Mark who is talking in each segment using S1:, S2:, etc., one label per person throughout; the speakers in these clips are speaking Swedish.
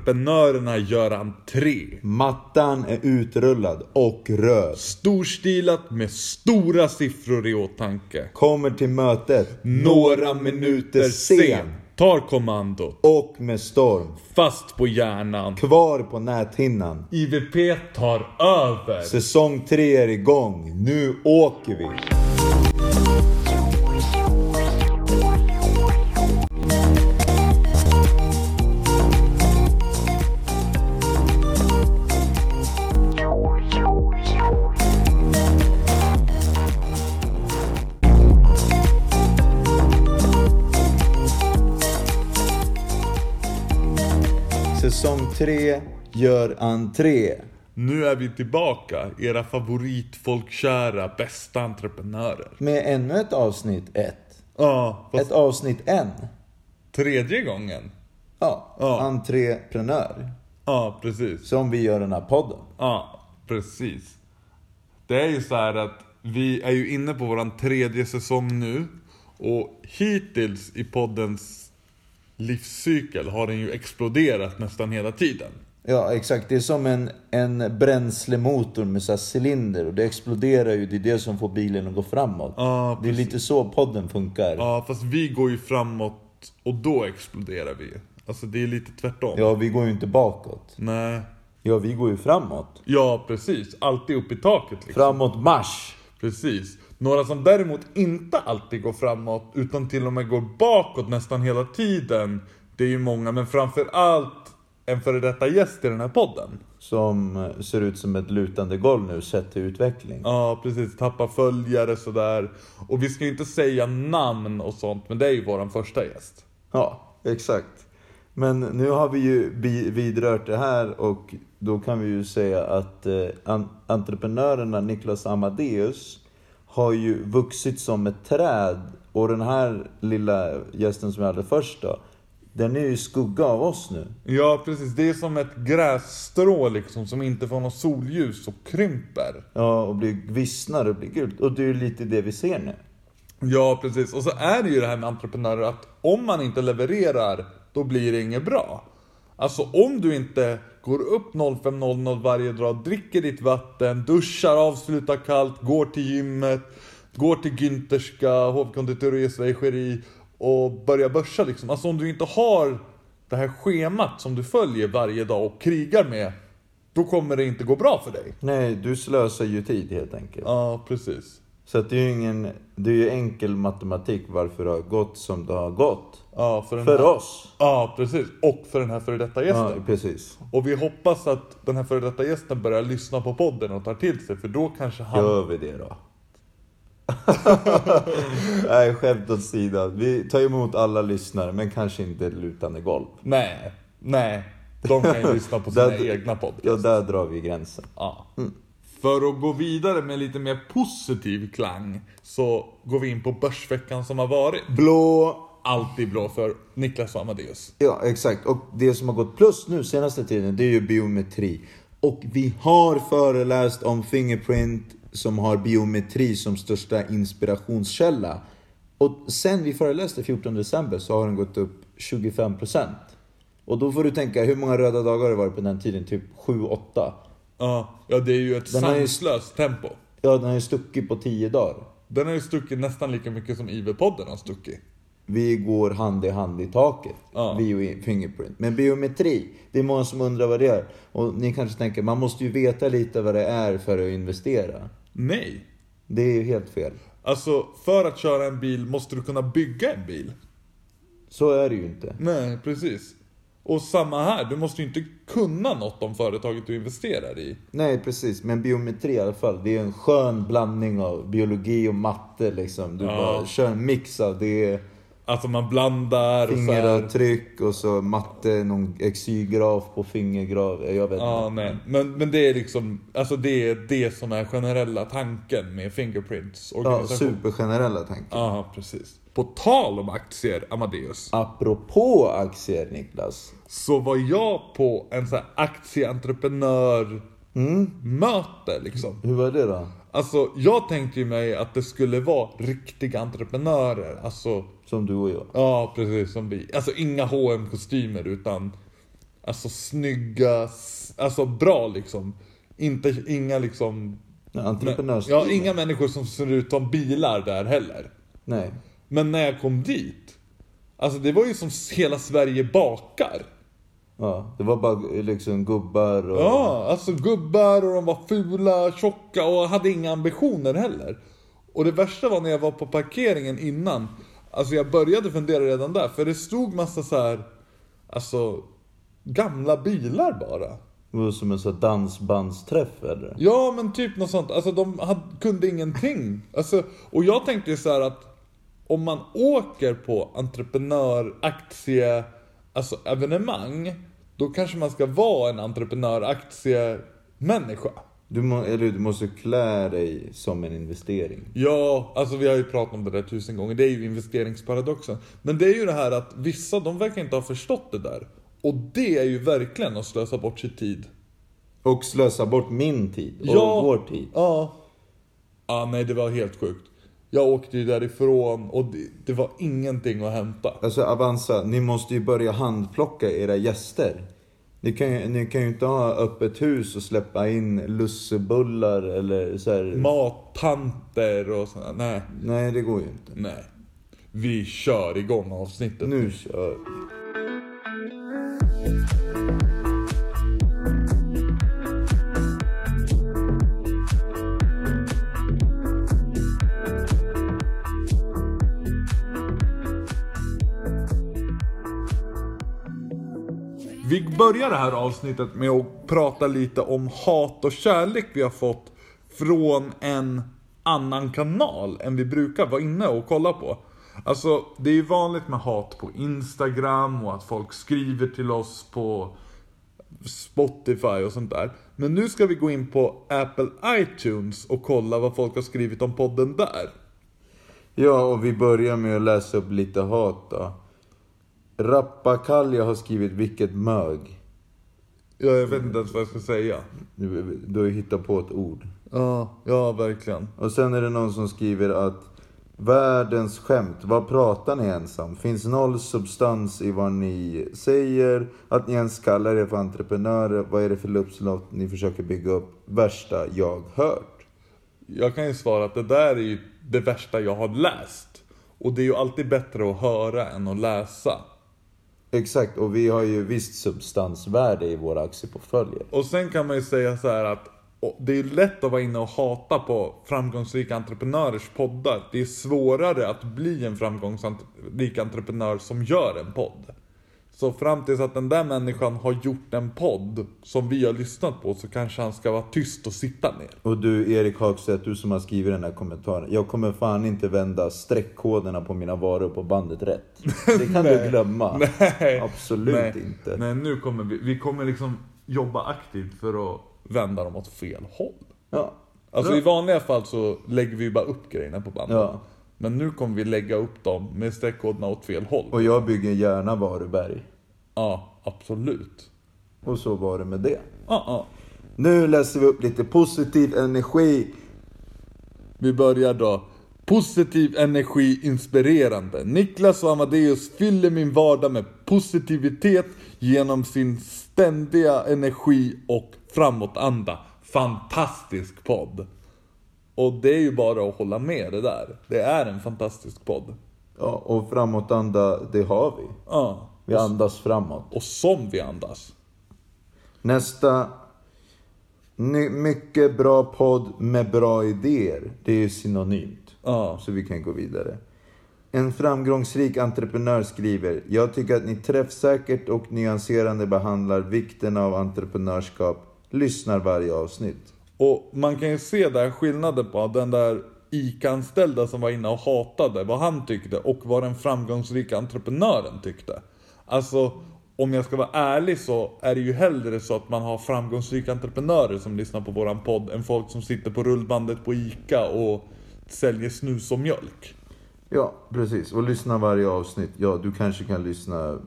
S1: entreprenörerna gör entré.
S2: Mattan är utrullad och röd.
S1: Storstilat med stora siffror i åtanke.
S2: Kommer till mötet
S1: Några minuter sen tar kommandot.
S2: och med storm.
S1: Fast på hjärnan.
S2: Kvar på näthinnan.
S1: IVP tar över.
S2: Säsong 3 är igång. Nu åker vi! Säsong 3 gör entré.
S1: Nu är vi tillbaka. Era favoritfolkkära, bästa entreprenörer.
S2: Med ännu ett avsnitt 1.
S1: Ja, fast
S2: Ett avsnitt 1.
S1: tredje gången.
S2: Ja,
S1: Ja.
S2: entreprenör.
S1: Ja, precis.
S2: Som vi gör den här podden.
S1: Ja, precis. Det är ju så här att vi är ju inne på vår tredje säsong nu. Och hittills i poddens livscykel har den ju exploderat nästan hela tiden.
S2: Ja, exakt. Det är som en, en bränslemotor med så här cylinder. Och det exploderar ju. Det är det som får bilen att gå framåt.
S1: Ja,
S2: det är lite så podden funkar.
S1: Ja, fast vi går ju framåt och då exploderar vi. Alltså det är lite tvärtom.
S2: Ja, vi går ju inte bakåt.
S1: Nej.
S2: Ja, vi går ju framåt.
S1: Ja, precis. Alltid upp i taket liksom.
S2: Framåt mars.
S1: Precis. Några som däremot inte alltid går framåt utan till och med går bakåt nästan hela tiden. Det är ju många, men framför allt en före detta gäst i den här podden.
S2: Som eh, ser ut som ett lutande golv nu sett till utveckling.
S1: Ja, precis. Tappa följare sådär. Och vi ska ju inte säga namn och sånt, men det är ju våran första gäst.
S2: Ja, exakt. Men nu har vi ju bi- vidrört det här och då kan vi ju säga att eh, an- entreprenörerna Niklas Amadeus har ju vuxit som ett träd och den här lilla gästen som jag hade först då, den är ju i skugga av oss nu.
S1: Ja, precis. Det är som ett grässtrå liksom som inte får något solljus och krymper.
S2: Ja, och blir vissnar och blir gult. Och det är ju lite det vi ser nu.
S1: Ja, precis. Och så är det ju det här med entreprenörer att om man inte levererar, då blir det inget bra. Alltså om du inte går upp 05.00 varje dag, dricker ditt vatten, duschar, avslutar kallt, går till gymmet, går till Günterska, hovkonditor och esvejgeri och börjar börsa liksom. Alltså om du inte har det här schemat som du följer varje dag och krigar med, då kommer det inte gå bra för dig.
S2: Nej, du slösar ju tid helt enkelt.
S1: Ja, precis.
S2: Så att det är ju ingen, det är ju enkel matematik varför det har gått som det har gått.
S1: Ja, för den
S2: För
S1: här...
S2: oss.
S1: Ja, precis. Och för den här före detta gästen.
S2: Ja, precis.
S1: Och vi hoppas att den här före detta gästen börjar lyssna på podden och tar till sig för då kanske han...
S2: Gör vi det då? Nej, skämt åt sidan. Vi tar emot alla lyssnare, men kanske inte lutande golv.
S1: Nej, nej. De kan ju lyssna på sina
S2: Där-
S1: egna podd.
S2: Ja, Mm. där drar vi gränsen.
S1: Ja. För att gå vidare med lite mer positiv klang så går vi in på börsveckan som har varit.
S2: Blå.
S1: Alltid bra för Niklas och Amadeus.
S2: Ja, exakt. Och det som har gått plus nu senaste tiden, det är ju biometri. Och vi har föreläst om Fingerprint som har biometri som största inspirationskälla. Och sen vi föreläste 14 december så har den gått upp 25%. Och då får du tänka, hur många röda dagar har det varit på den tiden? Typ 7-8?
S1: Ja, ja det är ju ett
S2: Den har ju-
S1: sanslöst tempo.
S2: Ja, den har ju stuckit på 10 dagar.
S1: Den har ju stuckit nästan lika mycket som IV-podden har stuckit.
S2: Vi går hand i hand i taket.
S1: Ja.
S2: Vi och Fingerprint. Men biometri, det är många som undrar vad det är. Och ni kanske tänker, man måste ju veta lite vad det är för att investera.
S1: Nej.
S2: Det är ju helt fel.
S1: Alltså, för att köra en bil måste du kunna bygga en bil.
S2: Så är det ju inte.
S1: Nej, precis. Och samma här, du måste ju inte kunna något om företaget du investerar i.
S2: Nej, precis. Men biometri i alla fall, det är en skön blandning av biologi och matte liksom. Du
S1: Ja.
S2: bara kör en mix av det.
S1: Alltså man blandar och så här.
S2: Fingeravtryck och så matte, någon xy-graf på fingergraf. Jag vet
S1: Ja,
S2: inte.
S1: nej. Men, men det är liksom, alltså det är det som är generella tanken med Fingerprints
S2: Ja,
S1: organisation.
S2: supergenerella tankar.
S1: Ja, precis. På tal om aktier, Amadeus,
S2: Apropå aktier, Niklas.
S1: så var jag på en sån här aktieentreprenör-möte liksom.
S2: Hur var det då?
S1: Alltså, jag tänkte ju mig att det skulle vara riktiga entreprenörer, alltså
S2: Som du och jag.
S1: Ja, precis som vi. Alltså inga hm kostymer utan alltså snygga, s- alltså bra liksom. Inte, inga liksom...
S2: Ja, entreprenörs-
S1: Ja, inga människor som ser ut som bilar där heller.
S2: Nej.
S1: Men när jag kom dit, alltså det var ju som hela Sverige bakar.
S2: Ja, det var bara liksom gubbar och...
S1: Ja, alltså gubbar och de var fula, tjocka och hade inga ambitioner heller. Och det värsta var när jag var på parkeringen innan. Alltså jag började fundera redan där, för det stod massa så här, alltså gamla bilar bara.
S2: Det var som en sån här dansbandsträff eller?
S1: Ja, men typ något sånt. Alltså de hade, kunde ingenting. Alltså, och jag tänkte ju så här att om man åker på entreprenör, aktie, alltså evenemang, då kanske man ska vara en entreprenör, aktie, människa.
S2: Du, må, eller, du måste klä dig som en investering.
S1: Ja, alltså vi har ju pratat om det där tusen gånger. Det är ju investeringsparadoxen. Men det är ju det här att vissa, de verkar inte ha förstått det där. Och det är ju verkligen att slösa bort sin tid.
S2: Och slösa bort min tid och vår tid.
S1: Ja. Ja, nej det var helt sjukt. Jag åkte ju därifrån och det, det var ingenting att hämta.
S2: Alltså Avanza, ni måste ju börja handplocka era gäster. Ni kan, ju- ni kan ju inte ha öppet hus och släppa in lussebullar eller så här.
S1: Mattanter och sådär. Nej,
S2: Nej, det går ju inte.
S1: nej. Vi kör igång avsnittet.
S2: Nu kör vi.
S1: Vi börjar det här avsnittet med att prata lite om hat och kärlek vi har fått från en annan kanal än vi brukar vara inne och kolla på. Alltså, det är ju vanligt med hat på Instagram och att folk skriver till oss på Spotify och sånt där. Men nu ska vi gå in på Apple iTunes och kolla vad folk har skrivit om podden där.
S2: Ja, och vi börjar med att läsa upp lite hat då. Rappakalja har skrivit vilket mög.
S1: Ja, Jag vet inte ens vad jag ska säga.
S2: Du, du har ju hittat på ett ord.
S1: Ja, ja verkligen.
S2: Och sen är det någon som skriver att Världens skämt, vad pratar ni ens om? Finns noll substans i vad ni säger? Att ni ens kallar er för entreprenörer? Vad är det för luftslott ni försöker bygga upp? Värsta jag hört.
S1: Jag kan ju svara att det där är ju det värsta jag har läst. Och det är ju alltid bättre att höra än att läsa.
S2: Exakt, och vi har ju visst substansvärde i våra aktieportföljer.
S1: Och sen kan man ju säga så här att och det är lätt att vara inne och hata på framgångsrika entreprenörers poddar. Det är svårare att bli en framgångsrik entreprenör som gör en podd. Så fram tills att den där människan har gjort en podd som vi har lyssnat på så kanske han ska vara tyst och sitta ner.
S2: Och du Erik Hagstedt, du som har skrivit den här kommentaren. Jag kommer fan inte vända streckkoderna på mina varor på bandet rätt. Det kan du glömma.
S1: Nej.
S2: Absolut
S1: Nej.
S2: inte.
S1: Nej, nu kommer vi, vi kommer liksom jobba aktivt för att vända dem åt fel håll.
S2: Ja.
S1: Alltså i vanliga fall så lägger vi bara upp grejerna på bandet.
S2: Ja.
S1: Men nu kommer vi lägga upp dem med streckkoderna åt fel håll.
S2: Och jag bygger gärna Varberg.
S1: Ja, absolut.
S2: Och så var det med det.
S1: Ja, ja.
S2: Nu läser vi upp lite positiv energi.
S1: Vi börjar då. Positiv energi inspirerande. Niklas och Amadeus fyller min vardag med positivitet genom sin ständiga energi och framåtanda. Fantastisk podd! Och det är ju bara att hålla med det där. Det är en fantastisk podd.
S2: Ja, och framåtanda, det har vi.
S1: Ja.
S2: Vi andas framåt.
S1: Och som vi andas.
S2: Nästa. Ny, mycket bra podd med bra idéer. Det är ju synonymt.
S1: Ja.
S2: Så vi kan gå vidare. En framgångsrik entreprenör skriver. Jag tycker att ni träffsäkert och nyanserande behandlar vikten av entreprenörskap. Lyssnar varje avsnitt.
S1: Och man kan ju se där skillnaden på den där ICA-anställda som var inne och hatade vad han tyckte och vad den framgångsrika entreprenören tyckte. Alltså, om jag ska vara ärlig så är det ju hellre så att man har framgångsrika entreprenörer som lyssnar på våran podd än folk som sitter på rullbandet på ICA och säljer snus och mjölk.
S2: Ja, precis. Och lyssna varje avsnitt. Ja, du kanske kan lyssna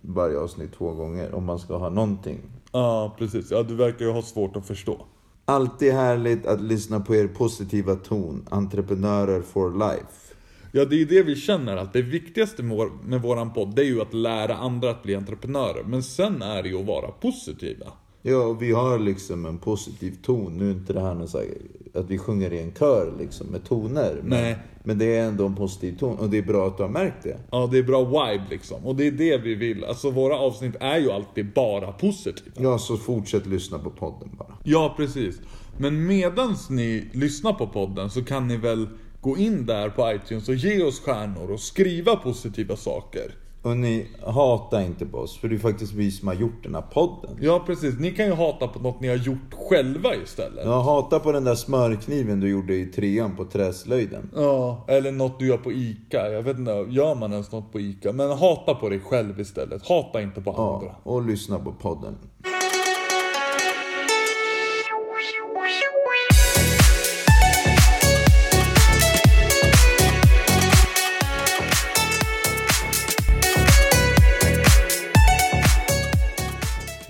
S2: varje avsnitt två gånger om man ska ha någonting.
S1: Ja, precis. Ja, du verkar ju ha svårt att förstå.
S2: Alltid härligt att lyssna på er positiva ton. Entreprenörer for life.
S1: Ja, det är ju det vi känner att det viktigaste med, vår, med våran podd, det är ju att lära andra att bli entreprenörer. Men sen är det ju att vara positiva.
S2: Ja, och vi har liksom en positiv ton. Nu är inte det här någon så här, att vi sjunger i en kör liksom med toner. Men,
S1: Nej.
S2: men det är ändå en positiv ton och det är bra att du har märkt det.
S1: Ja, det är bra vibe liksom. Och det är det vi vill. Alltså våra avsnitt är ju alltid bara positiva.
S2: Ja, så fortsätt lyssna på podden bara.
S1: Ja, precis. Men medans ni lyssnar på podden så kan ni väl gå in där på iTunes och ge oss stjärnor och skriva positiva saker.
S2: Och ni, hata inte på oss, för det är faktiskt vi som har gjort den här podden.
S1: Ja, precis. Ni kan ju hata på något ni har gjort själva istället.
S2: Jag hatar på den där smörkniven du gjorde i trean på träslöjden.
S1: Ja, eller något du gör på ICA. Jag vet inte, gör man ens något på ICA? Men hata på dig själv istället. Hata inte på andra.
S2: Ja, och lyssna på podden.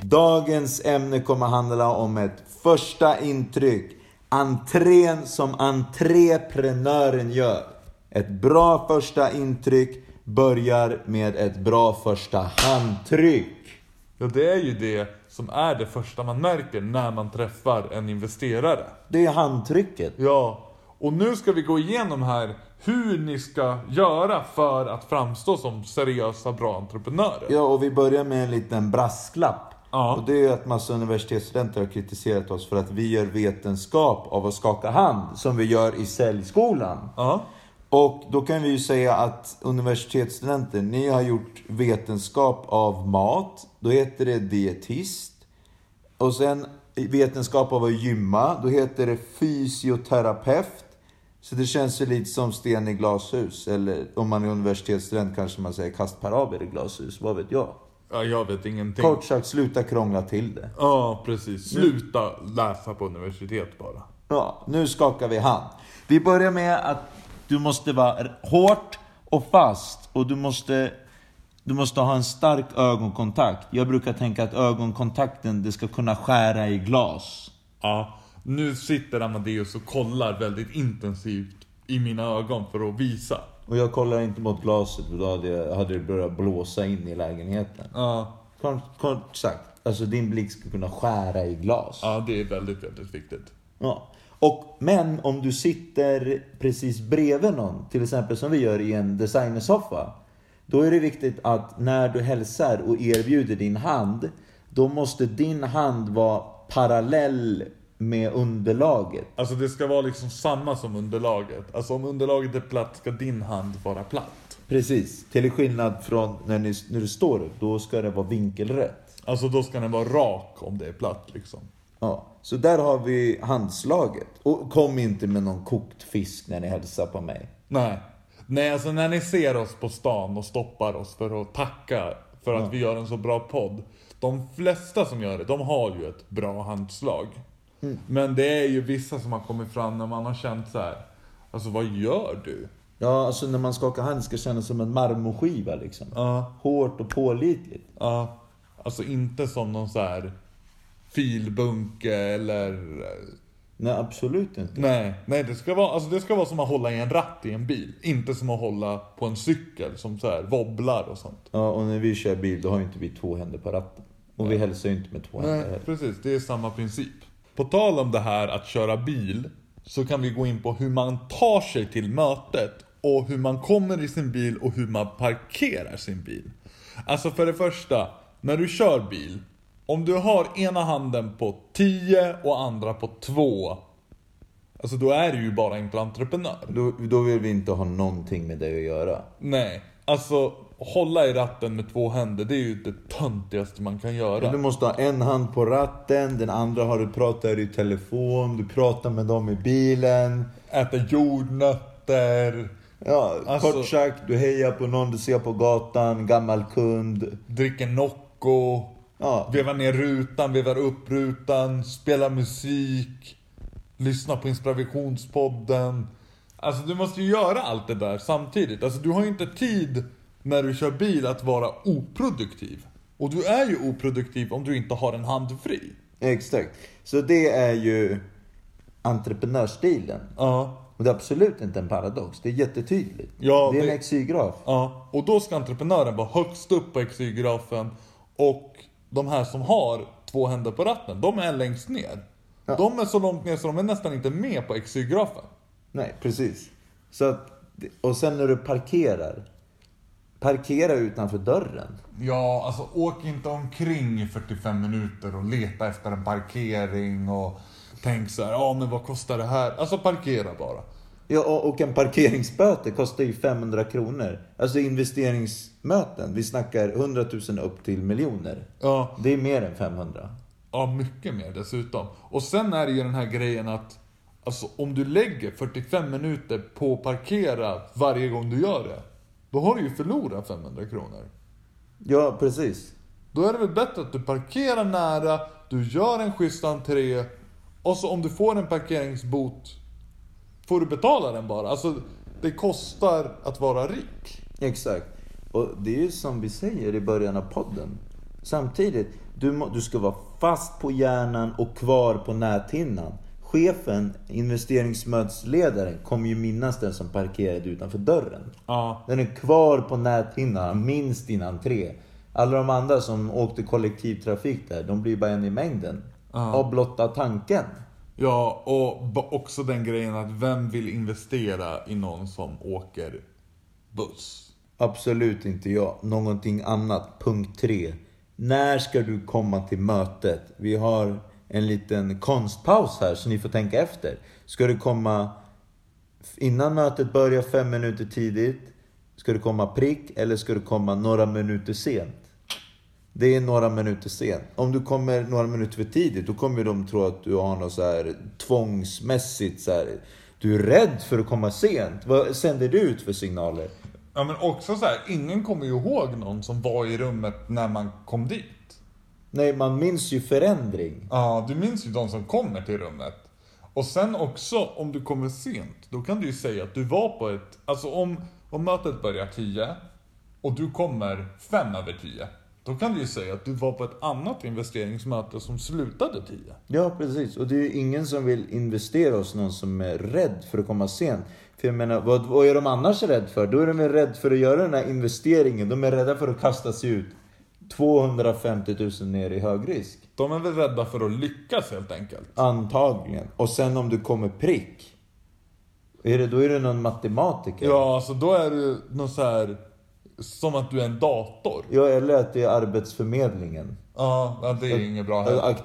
S2: Dagens ämne kommer handla om ett första intryck. Entrén som entreprenören gör. Ett bra första intryck börjar med ett bra första handtryck.
S1: Ja, det är ju det som är det första man märker när man träffar en investerare.
S2: Det är handtrycket.
S1: Ja, och nu ska vi gå igenom här hur ni ska göra för att framstå som seriösa, bra entreprenörer.
S2: Ja, och vi börjar med en liten brasklapp.
S1: Ja.
S2: Och det är ju att massa universitetsstudenter har kritiserat oss för att vi gör vetenskap av att skaka hand, som vi gör i säljskolan.
S1: Ja.
S2: Och då kan vi ju säga att universitetsstudenter, ni har gjort vetenskap av mat. Då heter det dietist. Och sen vetenskap av att gymma. Då heter det fysioterapeut. Så det känns ju lite som sten i glashus. Eller om man är universitetsstudent kanske man säger kastparaber i glashus. Vad vet jag?
S1: ja, jag vet ingenting.
S2: Kort sagt, sluta krångla till det.
S1: Ja, precis. Sluta läsa på universitet bara.
S2: Ja, nu skakar vi hand. Vi börjar med att du måste vara r- hårt och fast och du måste, du måste ha en stark ögonkontakt. Jag brukar tänka att ögonkontakten, det ska kunna skära i glas.
S1: Ja, nu sitter Amadeus och kollar väldigt intensivt i mina ögon för att visa.
S2: Och jag kollar inte mot glaset för då hade, jag, hade det börjat blåsa in i lägenheten.
S1: Ja,
S2: Kort, kort sagt, alltså din blick ska kunna skära i glas.
S1: ja det är väldigt, väldigt viktigt.
S2: Ja. Och, men om du sitter precis bredvid någon, till exempel som vi gör i en designersoffa. Då är det viktigt att när du hälsar och erbjuder din hand, då måste din hand vara parallell med underlaget.
S1: Alltså det ska vara liksom samma som underlaget. Alltså om underlaget är platt ska din hand vara platt.
S2: Precis. Till skillnad från när, ni, när du står upp, då ska det vara vinkelrätt.
S1: Alltså då ska den vara rak om det är platt liksom.
S2: Ja. Så där har vi handslaget. Och kom inte med någon kokt fisk när ni hälsar på mig.
S1: Nej. Nej, alltså när ni ser oss på stan och stoppar oss för att tacka för att vi gör en så bra podd. De flesta som gör det, de har ju ett bra handslag. Men det är ju vissa som har kommit fram när man har känt så här. Alltså vad gör du?
S2: Ja, alltså när man skakar hand ska det kännas som en marmorskiva liksom.
S1: Ja.
S2: Hårt och pålitligt.
S1: Ja, alltså inte som någon så här filbunke eller...
S2: Nej, absolut inte.
S1: Nej, nej det, ska vara, alltså det ska vara som att hålla i en ratt i en bil. Inte som att hålla på en cykel som så här wobblar och sånt.
S2: Ja, och när vi kör bil då har ju inte vi två händer på ratten. Och vi hälsar ju inte med två händer
S1: Nej,
S2: heller.
S1: precis. Det är samma princip. På tal om det här att köra bil, så kan vi gå in på hur man tar sig till mötet och hur man kommer i sin bil och hur man parkerar sin bil. Alltså för det första, när du kör bil, om du har ena handen på 10 och andra på 2, alltså då är du ju bara inte entreprenör.
S2: Då, då vill vi inte ha någonting med det att göra.
S1: Nej, alltså hålla i ratten med två händer, det är ju det töntigaste man kan göra.
S2: Du måste ha en hand på ratten, den andra har du pratar i telefon, du pratar med dem i bilen.
S1: Äta jordnötter,
S2: Ja,
S1: Alltså-
S2: kort sagt, du hejar på någon du ser på gatan, gammal kund.
S1: dricker Nocco,
S2: Ja,
S1: vevar ner rutan, vevar upp rutan, spelar musik, lyssnar på inspirationspodden. Alltså du måste ju göra allt det där samtidigt. Alltså du har ju inte tid när du kör bil att vara oproduktiv. Och du är ju oproduktiv om du inte har en hand fri.
S2: exakt. Så det är ju entreprenörsstilen.
S1: Ja.
S2: Och det är absolut inte en paradox. Det är jättetydligt.
S1: Ja,
S2: det är
S1: det-
S2: en XY-graf.
S1: Ja, och då ska entreprenören vara högst upp på XY-grafen och de här som har två händer på ratten, de är längst ner.
S2: Ja.
S1: De är så långt ner så de är nästan inte med på XY-grafen.
S2: Nej, precis. Så att, och sen när du parkerar. Parkera utanför dörren.
S1: Ja, alltså åk inte omkring i 45 minuter och leta efter en parkering och tänk så här, ja men vad kostar det här? Alltså parkera bara.
S2: Ja, och och en parkeringsböter kostar ju 500 kronor. Alltså investeringsmöten. Vi snackar 100 000 upp till miljoner.
S1: Ja,
S2: Det är mer än 500.
S1: Ja, mycket mer dessutom. Och sen är det ju den här grejen att alltså, om du lägger 45 minuter på att parkera varje gång du gör det. Då har du ju förlorat 500 kronor.
S2: Ja, precis.
S1: Då är det väl bättre att du parkerar nära, du gör en schysst entré och så om du får en parkeringsbot får du betala den bara. Alltså, det kostar att vara rik.
S2: Exakt. Och det är ju som vi säger i början av podden. Samtidigt, du, må, du ska vara fast på hjärnan och kvar på näthinnan. Chefen, investeringsmötesledaren, kommer ju minnas den som parkerade utanför dörren.
S1: Ja.
S2: Den är kvar på näthinnan, han minns din entré. Alla de andra som åkte kollektivtrafik där, de blir bara en i mängden.
S1: Ja.
S2: Av blotta tanken.
S1: Ja, och ba- också den grejen att vem vill investera i någon som åker buss?
S2: Absolut inte jag. Någonting annat. Punkt tre. När ska du komma till mötet? Vi har en liten konstpaus här så ni får tänka efter. Ska du komma innan mötet börjar fem minuter tidigt? Ska du komma prick eller ska du komma några minuter sent? Det är några minuter sent. Om du kommer några minuter för tidigt, då kommer de tro att du har något så här tvångsmässigt så här. Du är rädd för att komma sent. Vad sänder du ut för signaler?
S1: Ja men också så här, ingen kommer ju ihåg någon som var i rummet när man kom dit.
S2: Nej, man minns ju förändring.
S1: Ja, du minns ju de som kommer till rummet. Och sen också, om du kommer sent, då kan du ju säga att du var på ett... Alltså om, om mötet börjar 10 och du kommer fem över 10. Då kan du ju säga att du var på ett annat investeringsmöte som slutade 10.
S2: Ja, precis. Och det är ju ingen som vill investera hos någon som är rädd för att komma sent. För jag menar, vad, vad är de annars rädda för? Då är de väl rädda för att göra den här investeringen. De är rädda för att kasta sig ut 250 000 ner i hög risk.
S1: De är väl rädda för att lyckas helt enkelt.
S2: Antagligen. Och sen om du kommer prick. Är det, då är du någon matematiker.
S1: Ja, alltså då är du någon så här... Som att du är en dator.
S2: ja eller att det är arbetsförmedlingen.
S1: Ja, ja, det är inget bra
S2: Eller
S1: heller.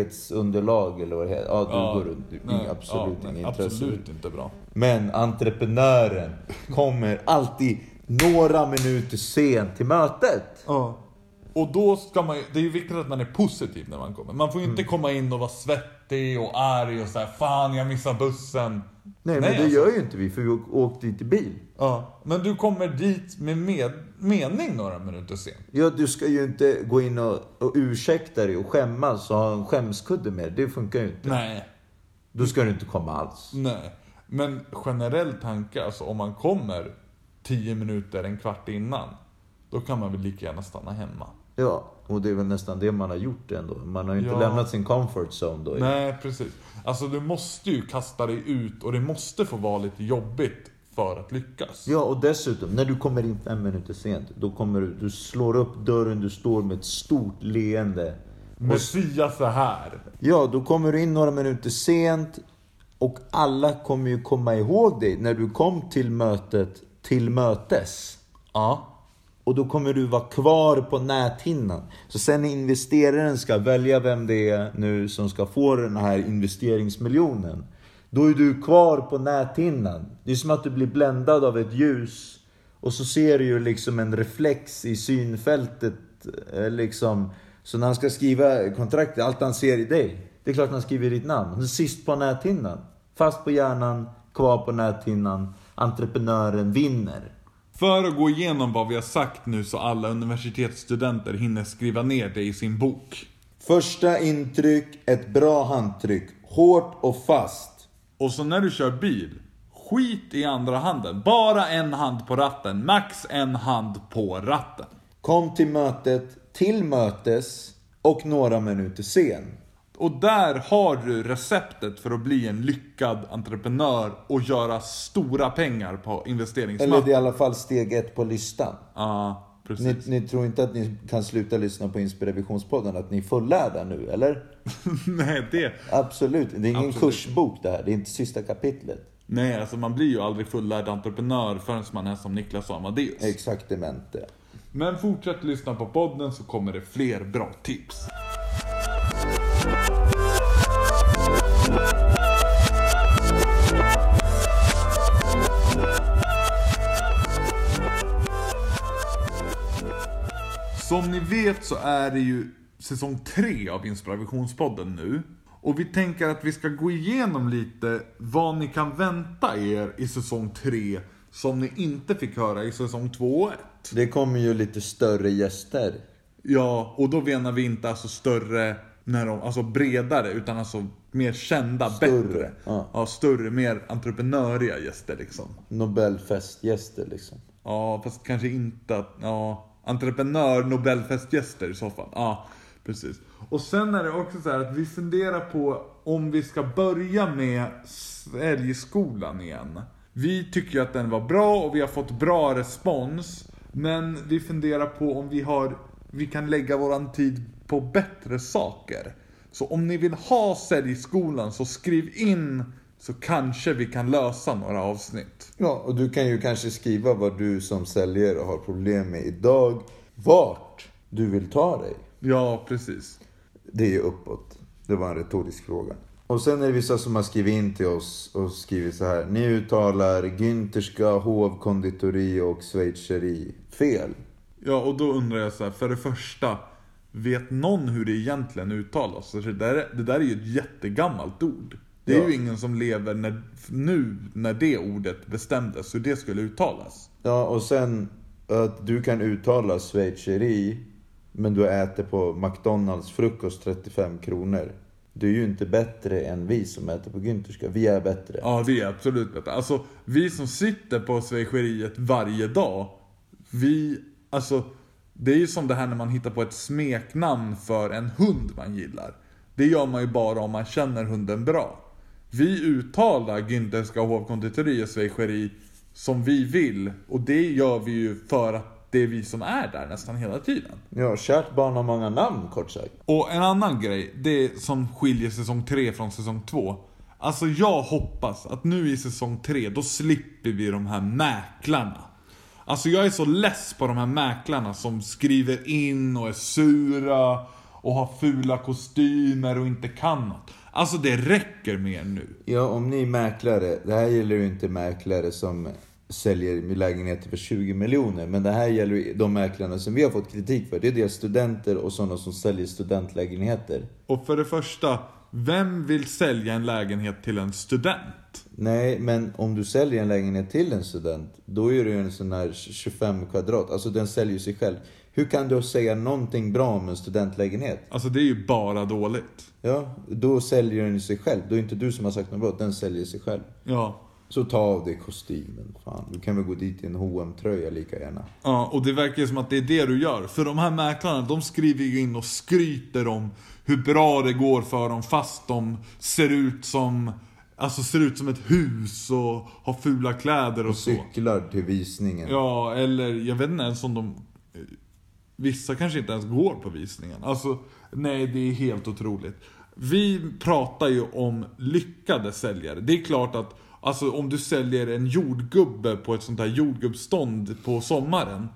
S2: Aktivitetsunderlag eller vad det heter. Ja, du
S1: Ja,
S2: går runt. Du,
S1: nej,
S2: absolut
S1: ja,
S2: inget
S1: nej,
S2: intresse.
S1: Absolut inte bra.
S2: Men entreprenören kommer alltid några minuter sent till mötet.
S1: Och då ska man ju- det är ju viktigt att man är positiv när man kommer. Man får ju
S2: Mm.
S1: inte komma in och vara svettig och arg och så här, fan jag missar bussen.
S2: Nej, men det
S1: alltså.
S2: gör ju inte vi för vi åk- åkte inte bil.
S1: Ja, men du kommer dit med, med mening några minuter sen.
S2: Ja, du ska ju inte gå in och, och ursäkta dig och skämmas och ha en skämskudde med dig. Det funkar ju inte.
S1: Nej.
S2: Då ska du inte komma alls.
S1: Nej. Men generell tanke, alltså om man kommer 10 minuter, en kvart innan. Då kan man väl lika gärna stanna hemma.
S2: Ja, och det är väl nästan det man har gjort ändå. Man har ju inte
S1: Ja.
S2: lämnat sin comfort zone då.
S1: Nej, precis. Alltså du måste ju kasta dig ut och det måste få vara lite jobbigt för att lyckas.
S2: Ja, och dessutom, när du kommer in fem minuter sent, då kommer du, du slår upp dörren, du står med ett stort leende.
S1: Messias är här.
S2: Ja, då kommer du in några minuter sent och alla kommer ju komma ihåg dig när du kom till mötet till mötes.
S1: Ja.
S2: Och då kommer du vara kvar på näthinnan. Så sen när investeraren ska välja vem det är nu som ska få den här investeringsmiljonen. Då är du kvar på näthinnan. Det är som att du blir bländad av ett ljus. Och så ser du ju liksom en reflex i synfältet. eh, Liksom. Så när han ska skriva kontraktet, allt han ser i dig. Det är klart han skriver ditt namn. Så Sist på näthinnan. Fast på hjärnan, kvar på näthinnan. Entreprenören vinner.
S1: För att gå igenom vad vi har sagt nu så alla universitetsstudenter hinner skriva ner det i sin bok.
S2: Första intryck, ett bra handtryck. Hårt och fast.
S1: Och så när du kör bil, skit i andra handen. Bara en hand på ratten, max en hand på ratten.
S2: Kom till mötet, till mötes och några minuter sen.
S1: Och där har du receptet för att bli en lyckad entreprenör och göra stora pengar på
S2: Eller det är i
S1: investeringsmarknaden.
S2: alla fall steg ett på listan.
S1: Ja, precis.
S2: Ni, ni tror inte att ni kan sluta lyssna på Inspirationspodden, att ni är fullärda nu, eller?
S1: Nej, det...
S2: Absolut, det är ingen
S1: Absolut.
S2: kursbok det här, det är inte sista kapitlet.
S1: Nej, alltså man blir ju aldrig fullärd entreprenör förrän man är som Niklas och Amadeus.
S2: Exakt demente.
S1: Men fortsätt lyssna på podden så kommer det fler bra tips. Som ni vet så är det ju säsong 3 av Inspirationspodden nu. Och vi tänker att vi ska gå igenom lite vad ni kan vänta er i säsong 3 som ni inte fick höra i säsong 2 och 1.
S2: Det kommer ju lite större gäster.
S1: Ja, och då menar vi inte alltså större, när de, alltså bredare, utan alltså mer kända,
S2: Större,
S1: bättre.
S2: ja.
S1: större, mer entreprenöriga gäster liksom.
S2: Nobelfestgäster liksom.
S1: Ja, fast kanske inte att, ja, entreprenör, nobelfestgäster i så fall. Ja, precis. Och sen är det också så här att vi funderar på om vi ska börja med Säljskolan igen. Vi tycker ju att den var bra och vi har fått bra respons. Men vi funderar på om vi har, vi kan lägga våran tid på bättre saker. Så om ni vill ha Säljskolan så skriv in så kanske vi kan lösa några avsnitt.
S2: Ja, och du kan ju kanske skriva vad du som säljare har problem med idag. Vart du vill ta dig.
S1: Ja, precis.
S2: Det är ju uppåt. Det var en retorisk fråga. Och sen är det vissa som har skrivit in till oss och skrivit så här. Ni uttalar Günterska, hovkonditori och schweizeri fel.
S1: Ja, och då undrar jag så här, för det första, vet någon hur det egentligen uttalas? Så Det där, det där är ju ett jättegammalt ord. Det är
S2: Ja.
S1: ju ingen som lever när, nu när det ordet bestämdes, hur det skulle uttalas.
S2: Ja, och sen att du kan uttala schweizeri men du äter på McDonalds frukost 35 kronor. Du är ju inte bättre än vi som äter på Günterska. Vi är bättre.
S1: Ja, vi är absolut bättre. Alltså, vi som sitter på svejgeriet varje dag, vi, alltså, det är ju som det här när man hittar på ett smeknamn för en hund man gillar. Det gör man ju bara om man känner hunden bra. Vi uttalar Günterska hovkonditori och svejgeri som vi vill och det gör vi ju för att det är vi som är där nästan hela tiden.
S2: Ja, kärt barn har många namn kort sagt.
S1: Och en annan grej, det som skiljer säsong 3 från säsong 2. Alltså jag hoppas att nu i säsong 3, då slipper vi de här mäklarna. Alltså jag är så less på de här mäklarna som skriver in och är sura och har fula kostymer och inte kan något. Alltså det räcker med er nu.
S2: Ja, om ni är mäklare. Det här gäller ju inte mäklare som säljer lägenheter för 20 miljoner. Men det här gäller ju de mäklarna som vi har fått kritik för. Det är deras studenter och sådana som säljer studentlägenheter.
S1: Och för det första, vem vill sälja en lägenhet till en student?
S2: Nej, men om du säljer en lägenhet till en student, då är det ju en sån här 25 kvadrat. Alltså den säljer sig själv. Hur kan du säga någonting bra om en studentlägenhet?
S1: Alltså det är ju bara dåligt.
S2: Ja, då säljer den sig själv. Då är inte du som har sagt något bra, den säljer sig själv.
S1: Ja.
S2: Så ta av dig kostymen, fan. Du kan väl gå dit i en hm tröja lika gärna.
S1: Ja, och det verkar ju som att det är det du gör. För de här mäklarna, de skriver ju in och skryter om hur bra det går för dem fast de ser ut som, alltså ser ut som ett hus och har fula kläder och så.
S2: Cyklar till visningen.
S1: Ja, eller jag vet inte ens om de... eh, Vissa kanske inte ens går på visningen. Alltså, nej det är helt otroligt. Vi pratar ju om lyckade säljare. Det är klart att alltså, om du säljer en jordgubbe på ett sånt här jordgubbsstånd på sommaren.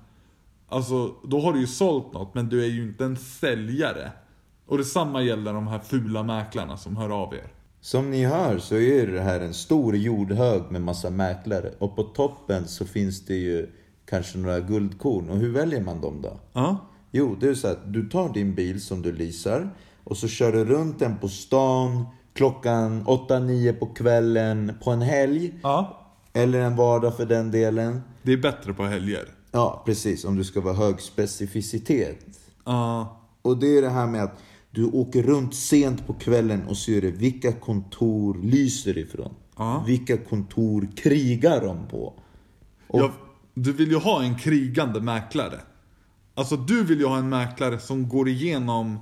S1: Alltså, då har du ju sålt något, men du är ju inte en säljare. Och detsamma gäller de här fula mäklarna som hör av er.
S2: Som ni hör så är det här en stor jordhög med massa mäklare. Och på toppen så finns det ju kanske några guldkorn. Och hur väljer man dem då?
S1: Ja,
S2: Jo, det är så att du tar din bil som du leasar och så kör du runt den på stan klockan 8-9 på kvällen på en helg.
S1: ja.
S2: Eller en vardag för den delen.
S1: det är bättre på helger.
S2: Ja, precis. Om du ska vara hög specificitet.
S1: Ja.
S2: Och det är det här med att du åker runt sent på kvällen och ser det vilka kontor lyser ifrån.
S1: Ja.
S2: Vilka kontor krigar de på? Och,
S1: Ja, du vill ju ha en krigande mäklare. Alltså du vill ju ha en mäklare som går igenom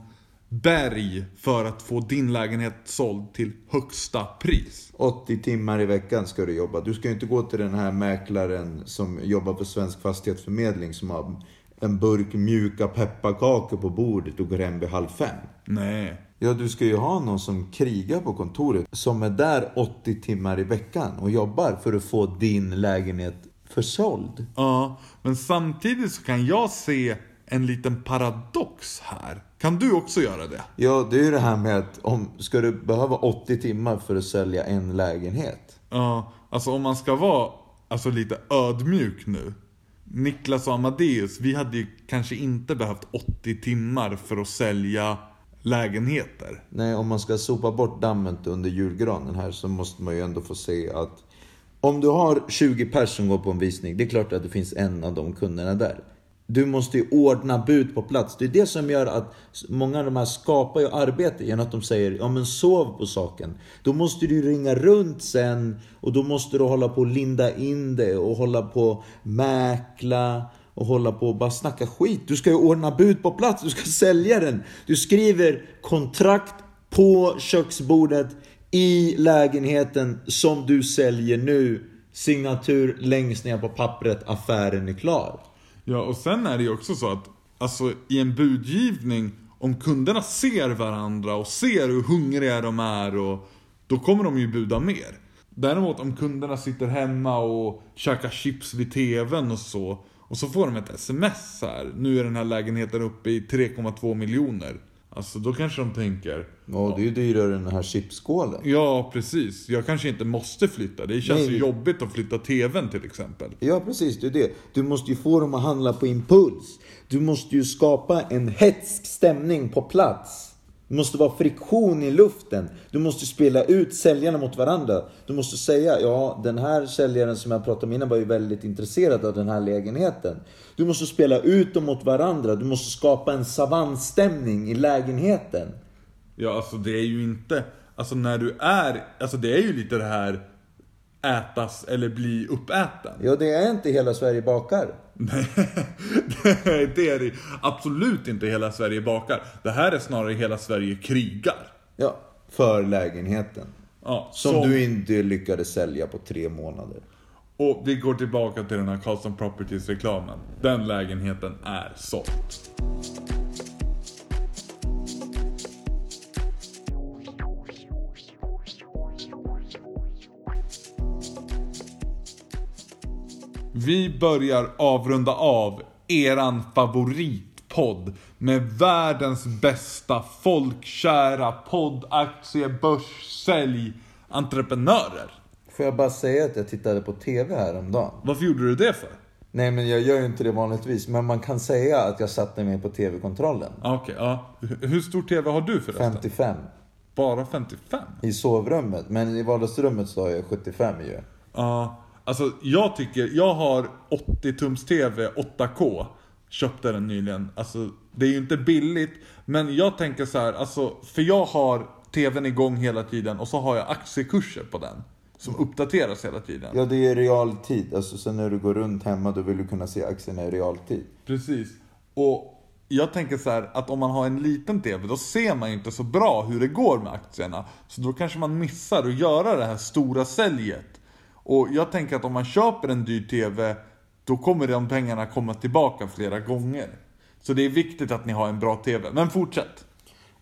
S1: berg för att få din lägenhet såld till högsta pris.
S2: 80 timmar i veckan ska du jobba. Du ska ju inte gå till den här mäklaren som jobbar på Svensk Fastighetsförmedling som har en burk mjuka pepparkakor på bordet och går hem vid halv fem.
S1: Nej.
S2: Ja, du ska ju ha någon som krigar på kontoret som är där 80 timmar i veckan och jobbar för att få din lägenhet försåld.
S1: Ja, men samtidigt så kan jag se en liten paradox här. Kan du också göra det?
S2: Ja, det är ju det här med att om, ska du behöva 80 timmar för att sälja en lägenhet?
S1: Ja, alltså om man ska vara alltså, lite ödmjuk nu. Niklas och Amadeus, vi hade ju kanske inte behövt 80 timmar för att sälja lägenheter.
S2: Nej, om man ska sopa bort dammet under julgranen här så måste man ju ändå få se att om du har 20 personer som går på en visning, det är klart att det finns en av de kunderna där. Du måste ju ordna bud på plats. Det är det som gör att många av de här skapar ju arbete genom att de säger ja men sov på saken. Då måste du ju ringa runt sen och då måste du hålla på och linda in det och hålla på och mäkla och hålla på och bara snacka skit. Du ska ju ordna bud på plats, du ska sälja den. Du skriver kontrakt på köksbordet i lägenheten som du säljer nu. Signatur längst ner på pappret, affären är klar.
S1: Ja, och sen är det ju också så att alltså, i en budgivning, om kunderna ser varandra och ser hur hungriga de är, och, då kommer de ju buda mer. Däremot om kunderna sitter hemma och käkar chips vid TVn och så, och så får de ett sms här. Nu är den här lägenheten uppe i 3,2 miljoner. Alltså då kanske de tänker,
S2: Ja, det är ju dyrare än den här chipsskålen.
S1: ja precis, jag kanske inte måste flytta. Det känns
S2: Nej.
S1: ju jobbigt att flytta TVn till exempel.
S2: Ja, precis. Det är det. Du måste ju få dem att handla på impuls. Du måste ju skapa en hetsk stämning på plats. Det måste vara friktion i luften. Du måste spela ut säljarna mot varandra. Du måste säga, ja den här säljaren som jag pratade om innan var ju väldigt intresserad av den här lägenheten. Du måste spela ut dem mot varandra. Du måste skapa en savantstämning i lägenheten.
S1: Ja, alltså det är ju inte... Alltså när du är... Alltså det är ju lite det här ätas eller bli uppäten.
S2: Ja, det är inte hela Sverige bakar.
S1: Nej, det är det absolut inte hela Sverige bakar. Det här är snarare hela Sverige krigar.
S2: Ja, för lägenheten.
S1: Ja,
S2: Som, du inte lyckades sälja på tre månader.
S1: Och vi går tillbaka till den här Carlson Properties-reklamen. Den lägenheten är såld. Vi börjar avrunda av eran favoritpodd med världens bästa folkkära podd, aktie, börs, sälj, entreprenörer.
S2: Får jag bara säga att jag tittade på TV häromdagen?
S1: Varför gjorde du det för?
S2: Nej men jag gör ju inte det vanligtvis, men man kan säga att jag satte mig på TV-kontrollen.
S1: Ah, Okej, ja. Hur- Hur stor TV har du förresten?
S2: 55
S1: Bara 55?
S2: i sovrummet, men i vardagsrummet så har jag 75 ju.
S1: Ja. Alltså jag tycker, jag har 80-tums TV 8K. Köpte den nyligen. Alltså det är ju inte billigt. Men jag tänker så här, alltså för jag har TVn igång hela tiden och så har jag aktiekurser på den. Som uppdateras hela tiden.
S2: Ja, det är i realtid. Alltså sen när du går runt hemma, då vill du kunna se aktierna i realtid.
S1: Precis. Och jag tänker så här att om man har en liten TV då ser man ju inte så bra hur det går med aktierna. Så då kanske man missar att göra det här stora säljet. Och jag tänker att om man köper en dyr TV då kommer de pengarna komma tillbaka flera gånger. Så det är viktigt att ni har en bra TV. Men fortsätt.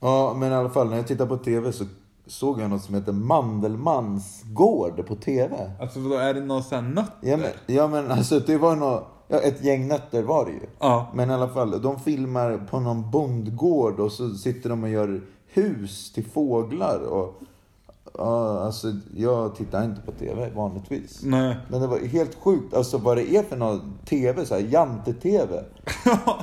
S2: Ja, men i alla fall när jag tittade på TV så såg jag något som heter Mandelmans gård på TV.
S1: Alltså då är det någon sån här nötter?
S2: Ja men, ja, men alltså det var nå ja, ett gäng nötter var det ju.
S1: Ja.
S2: Men i alla fall, de filmar på någon bondgård och så sitter de och gör hus till fåglar och... Ja, alltså jag tittar inte på TV vanligtvis.
S1: Nej.
S2: Men det var helt sjukt alltså vad det är för någon TV, så här jante-TV.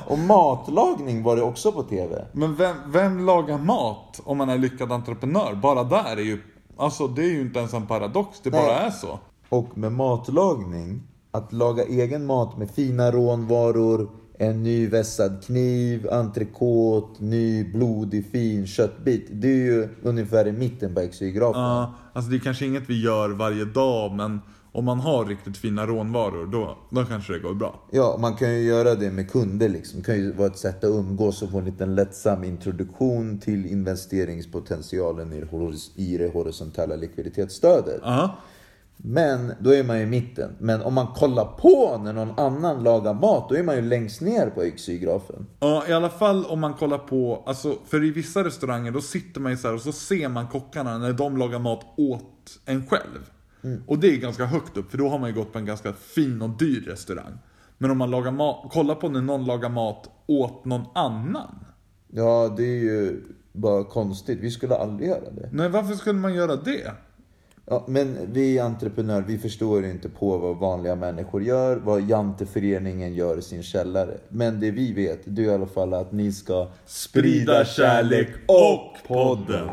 S2: och matlagning var det också på TV.
S1: Men vem, vem lagar mat om man är lyckad entreprenör? Bara där är ju... Alltså det är ju inte ens en paradox, det bara
S2: Nej.
S1: är så.
S2: Och med matlagning, att laga egen mat med fina rånvaror, en ny vässad kniv, entrecôte, ny blodig fin köttbit. Det är ju ungefär i mitten på XY-grafen.
S1: Ja, alltså det är kanske inget vi gör varje dag men Om man har riktigt fina rånvaror, då, då kanske det går bra.
S2: Ja, man kan ju göra det med kunder liksom. Det kan ju vara ett sätt att umgås och få en liten lättsam introduktion till investeringspotentialen i det hor- i det horisontella likviditetsstödet.
S1: Ja,
S2: Men då är man ju i mitten. Men om man kollar på när någon annan lagar mat, då är man ju längst ner på XY-grafen.
S1: Ja, i alla fall om man kollar på, alltså, för i vissa restauranger då sitter man ju så här och så ser man kockarna när de lagar mat åt en själv. Och det är ganska högt upp, för då har man ju gått på en ganska fin och dyr restaurang. Men om man lagar ma- kollar på när någon lagar mat åt någon annan.
S2: Ja, det är ju bara konstigt. Vi skulle aldrig göra det.
S1: Nej, varför skulle man göra det?
S2: Ja, men vi entreprenörer, vi förstår ju inte på vad vanliga människor gör, vad janteföreningen gör i sin källare. Men det vi vet, det är i alla fall att ni ska
S1: podden.